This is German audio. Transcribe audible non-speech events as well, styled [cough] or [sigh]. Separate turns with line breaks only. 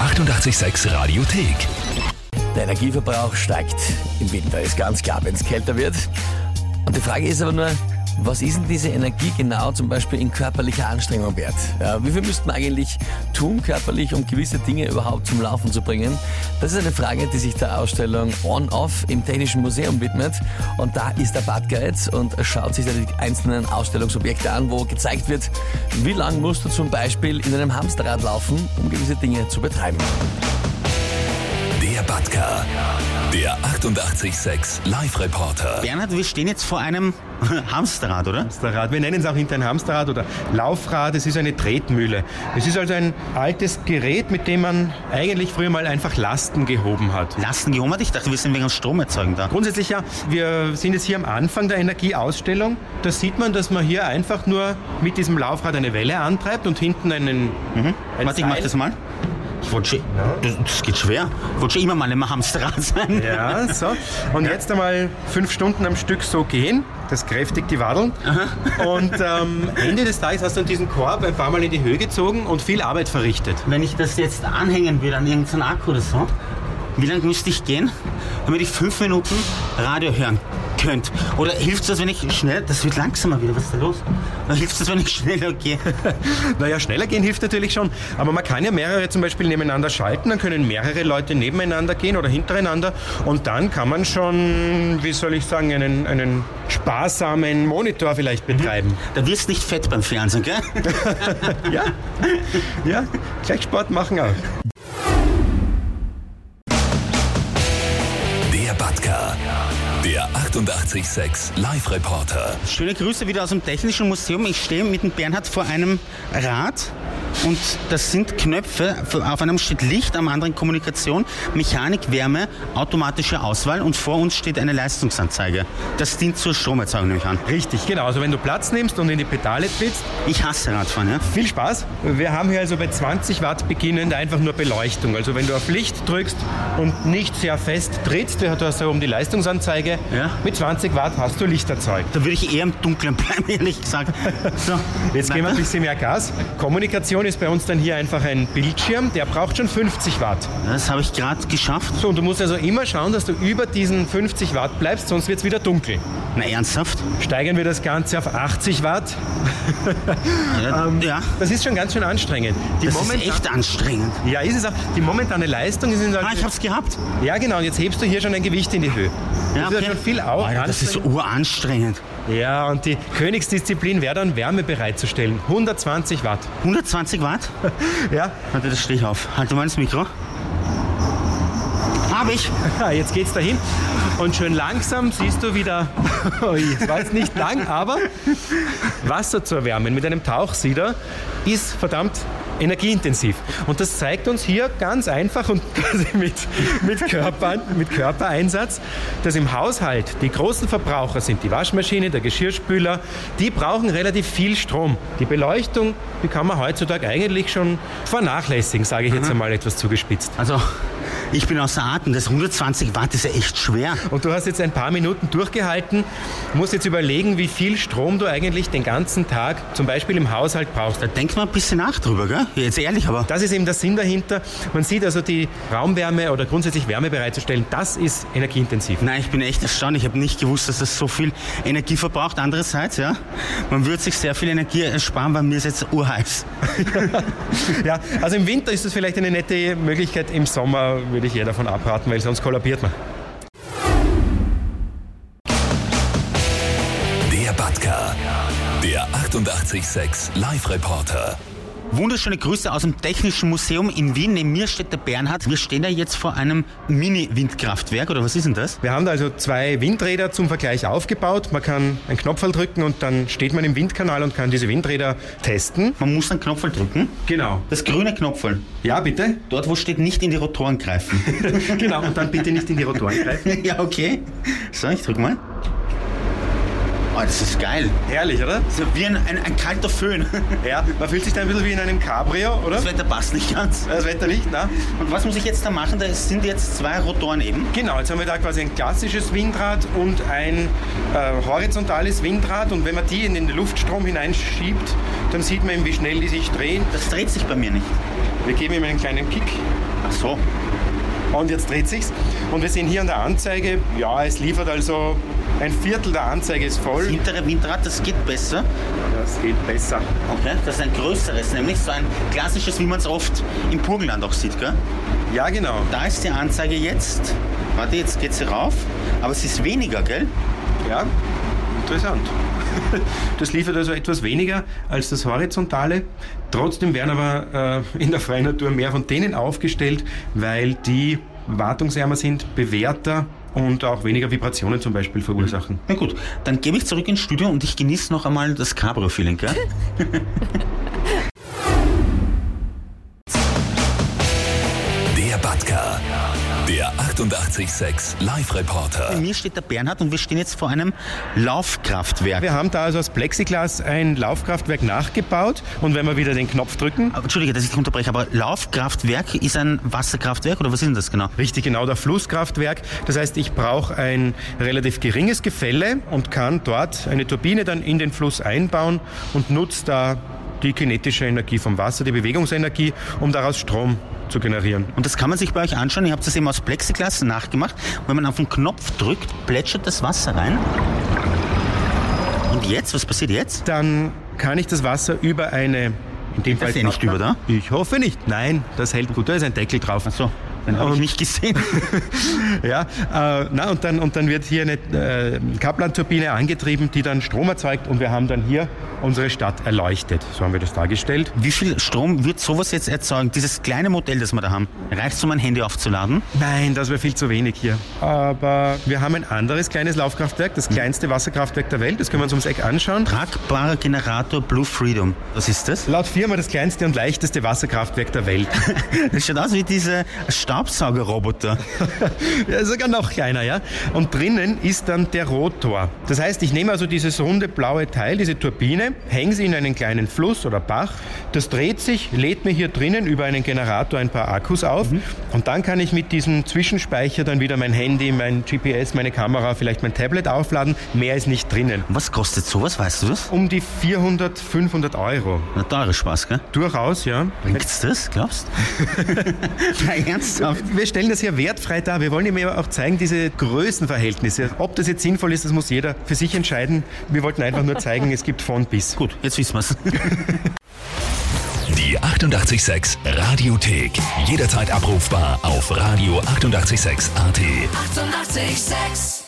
886 Radiothek.
Der Energieverbrauch steigt im Winter, ist ganz klar, wenn es kälter wird. Und die Frage ist aber nur, was ist denn diese Energie genau zum Beispiel in körperlicher Anstrengung wert? Ja, wie viel müssten wir eigentlich tun körperlich, um gewisse Dinge überhaupt zum Laufen zu bringen? Das ist eine Frage, die sich der Ausstellung On-Off im Technischen Museum widmet. Und da ist der Bad Geiz und schaut sich da die einzelnen Ausstellungsobjekte an, wo gezeigt wird, wie lang musst du zum Beispiel in einem Hamsterrad laufen, um gewisse Dinge zu betreiben.
Der Batka. Der 886 Live-Reporter.
Bernhard, wir stehen jetzt vor einem [laughs] Hamsterrad, oder?
Hamsterrad. Wir nennen es auch hinter ein Hamsterrad oder Laufrad. Es ist eine Tretmühle. Es ist also ein altes Gerät, mit dem man eigentlich früher mal einfach Lasten gehoben hat.
Lasten gehoben hat? Ich dachte, wir sind wegen Strom erzeugen da.
Grundsätzlich ja, wir sind jetzt hier am Anfang der Energieausstellung. Da sieht man, dass man hier einfach nur mit diesem Laufrad eine Welle antreibt und hinten einen.
Mhm.
Ein
Warte, ich mach
Seil.
das mal. Ich wollte schon, das, das geht schwer. Ich wollte schon immer mal im Hamsterrad sein.
Ja, so. Und jetzt einmal fünf Stunden am Stück so gehen. Das kräftigt die Wadeln. Und ähm, Ende des Tages hast du dann diesen Korb ein paar Mal in die Höhe gezogen und viel Arbeit verrichtet.
[laughs] Wenn ich das jetzt anhängen würde an irgendeinen Akku oder so, wie lange müsste ich gehen, damit ich fünf Minuten Radio hören könnte? Oder hilft das, wenn ich schnell, das wird langsamer wieder, was ist da los? Hilft das, wenn ich [laughs] schneller gehe?
Naja, schneller gehen hilft natürlich schon. Aber man kann ja mehrere zum Beispiel nebeneinander schalten, dann können mehrere Leute nebeneinander gehen oder hintereinander. Und dann kann man schon, wie soll ich sagen, einen, einen sparsamen Monitor vielleicht betreiben.
Da wirst nicht fett beim Fernsehen, gell?
Ja, ja, gleich Sport machen auch.
Der Batka. Der 886 Live-Reporter.
Schöne Grüße wieder aus dem Technischen Museum. Ich stehe mit dem Bernhard vor einem Rad und das sind Knöpfe. Auf einem steht Licht, am anderen Kommunikation, Mechanik, Wärme, automatische Auswahl und vor uns steht eine Leistungsanzeige. Das dient zur Stromerzeugung, nehme ich an.
Richtig, genau. Also wenn du Platz nimmst und in die Pedale trittst,
Ich hasse Radfahren, ja?
viel Spaß. Wir haben hier also bei 20 Watt beginnend einfach nur Beleuchtung. Also wenn du auf Licht drückst und nicht sehr fest trittst, du hast da oben um die Leistungsanzeige,
Ja.
mit 20 Watt hast du Licht erzeugt.
Da würde ich eher im Dunkeln [laughs] bleiben, ehrlich gesagt. So,
Jetzt geben wir ein
weiter.
bisschen mehr Gas. Kommunikation ist bei uns dann hier einfach ein Bildschirm, der braucht schon 50 Watt.
Das habe ich gerade geschafft.
So, und du musst also immer schauen, dass du über diesen 50 Watt bleibst, sonst wird es wieder dunkel.
Na, ernsthaft?
Steigern wir das Ganze auf 80 Watt.
Ja. ja.
Das ist schon ganz schön anstrengend. Ähm, Die
Das ist
momentan-
echt anstrengend.
ja, ist es auch. Die momentane Leistung ist in der
Ah, ich hab's gehabt.
Ja, genau. Und jetzt hebst du hier schon ein Gewicht in die Höhe.
Ja,
das ist
okay.
ja schon viel auf.
Alter, das ist uranstrengend.
ja, und die Königsdisziplin wäre dann Wärme bereitzustellen. 120 Watt.
120 Watt?
Ja,
Warte, das stehe ich auf. Halt du mal ins Mikro. Hab ich.
Ja, [laughs] jetzt geht's dahin und schön langsam siehst du wieder, [laughs] Ui, es war jetzt nicht lang, aber Wasser zu erwärmen mit einem Tauchsieder ist verdammt energieintensiv. Und das zeigt uns hier ganz einfach und [laughs] quasi mit, mit, Körper, mit Körpereinsatz, dass im Haushalt die großen Verbraucher sind, die Waschmaschine, der Geschirrspüler, die brauchen relativ viel Strom. Die Beleuchtung, die kann man heutzutage eigentlich schon vernachlässigen, sage ich jetzt einmal etwas zugespitzt.
Also, ich bin außer Atem. Das 120 Watt ist ja echt schwer.
Und du hast jetzt ein paar Minuten durchgehalten, musst jetzt überlegen, wie viel Strom du eigentlich den ganzen Tag zum Beispiel im Haushalt brauchst.
Da denkt man ein bisschen nach drüber, gell? Jetzt ehrlich, aber
Das ist eben der Sinn dahinter. Man sieht also, die Raumwärme oder grundsätzlich Wärme bereitzustellen, das ist energieintensiv. ne?
Nein, ich bin echt erstaunt. Ich habe nicht gewusst, dass das so viel Energie verbraucht. Andererseits, ja, man würde sich sehr viel Energie ersparen, weil mir ist jetzt urheiß.
Ja, also im Winter ist das vielleicht eine nette Möglichkeit, im Sommer würde ich eher davon abraten, weil sonst kollabiert man.
Der Batka. Der 886 Live-Reporter.
Wunderschöne Grüße aus dem Technischen Museum in Wien. Neben mir steht der Bernhard. Wir stehen da jetzt vor einem Mini-Windkraftwerk, oder was ist denn das?
Wir haben da also zwei Windräder zum Vergleich aufgebaut. Man kann einen Knopf drücken und dann steht man im Windkanal und kann diese Windräder testen.
Man muss einen Knopf drücken.
Genau.
Das grüne Knopfel.
Ja, bitte.
Dort, wo steht, nicht in die Rotoren greifen.
[laughs]
[laughs]
Genau, und dann bitte nicht in die Rotoren greifen.
ja, okay. So, ich drück mal. Oh, das ist geil.
Herrlich, oder?
Das ist ja wie ein, ein, ein kalter Föhn. [laughs]
Ja, man fühlt sich da ein bisschen wie in einem Cabrio, oder?
Das Wetter passt nicht ganz.
Das Wetter nicht, ne?
Und was muss ich jetzt da machen? Da sind jetzt zwei Rotoren eben.
Genau, jetzt haben wir da quasi ein klassisches Windrad und ein äh, horizontales Windrad. Und wenn man die in den Luftstrom hineinschiebt, dann sieht man eben, wie schnell die sich drehen.
Das dreht sich bei mir nicht.
Wir geben ihm einen kleinen Kick.
Ach so.
Und jetzt dreht sich's. Und wir sehen hier an der Anzeige, ja, es liefert also ein Viertel der Anzeige ist
Das
voll.
hintere Windrad, das geht besser.
Das geht besser.
Okay. Das ist ein größeres, nämlich so ein klassisches, wie man es oft im Burgenland auch sieht, gell?
Ja, genau.
Da ist die Anzeige jetzt. Warte, jetzt geht sie rauf. Aber es ist weniger, gell?
Ja, interessant. [laughs] Das liefert also etwas weniger als das Horizontale. Trotzdem werden aber äh, in der freien Natur mehr von denen aufgestellt, weil die wartungsärmer sind, bewährter und auch weniger Vibrationen zum Beispiel verursachen.
Na gut, dann gebe ich zurück ins Studio und ich genieße noch einmal das Cabrio-Feeling, gell?
Der Batka. Der 88,6 Live-Reporter.
Bei mir steht der Bernhard und wir stehen jetzt vor einem Laufkraftwerk.
Wir haben da also aus Plexiglas ein Laufkraftwerk nachgebaut und wenn wir wieder den Knopf drücken,
Aber, Entschuldige, dass ich dich unterbreche, aber Laufkraftwerk ist ein Wasserkraftwerk oder was ist denn das genau?
Richtig, genau, der Flusskraftwerk. Das heißt, ich brauche ein relativ geringes Gefälle und kann dort eine Turbine dann in den Fluss einbauen und nutze da die kinetische Energie vom Wasser, die Bewegungsenergie, um daraus Strom zu generieren.
Und das kann man sich bei euch anschauen. Ihr habt das eben aus Plexiglas nachgemacht. Wenn man auf den Knopf drückt, plätschert das Wasser rein. Und jetzt? Was passiert jetzt?
Dann kann ich das Wasser über eine... In dem
ist ja eh nicht über, da?
Ich hoffe nicht. Nein, das hält gut. Da ist ein Deckel drauf. Ach
So, den habe ich nicht gesehen.
Ja, äh, na, und, dann, und dann wird hier eine äh, Kaplan-Turbine angetrieben, die dann Strom erzeugt und wir haben dann hier unsere Stadt erleuchtet. So haben wir das dargestellt.
Wie viel Strom wird sowas jetzt erzeugen? Dieses kleine Modell, das wir da haben, reicht es, um ein Handy aufzuladen?
Nein, das wäre viel zu wenig hier. Aber wir haben ein anderes kleines Laufkraftwerk, das kleinste Wasserkraftwerk der Welt. Das können wir uns ums Eck anschauen.
Tragbarer Generator Blue Freedom. Was ist das?
Laut Firma das kleinste und leichteste Wasserkraftwerk der Welt. [laughs]
Das schaut aus wie diese Staubsaugerroboter.
[laughs] ja, sogar noch kleiner, ja. Und drinnen ist dann der Rotor. Das heißt, ich nehme also dieses runde blaue Teil, diese Turbine, hänge sie in einen kleinen Fluss oder Bach. Das dreht sich, lädt mir hier drinnen über einen Generator ein paar Akkus auf. Und dann kann ich mit diesem Zwischenspeicher dann wieder mein Handy, mein GPS, meine Kamera, vielleicht mein Tablet aufladen. Mehr ist nicht drinnen.
Was kostet sowas, weißt du das?
Um die 400, 500 Euro.
Na, teurer Spaß, gell?
Durchaus, ja.
Bringt's das, glaubst [laughs] du? Nein, ernsthaft?
Wir stellen das hier wertfrei dar. Wir wollen ihm ja auch zeigen, diese Größenverhältnisse. Ob das jetzt sinnvoll ist, das muss jeder für sich entscheiden. Wir wollten einfach nur zeigen, es gibt von bis.
Gut, jetzt wissen wir's.
Die 88,6 Radiothek. Jederzeit abrufbar auf radio886.at. 88,6.
886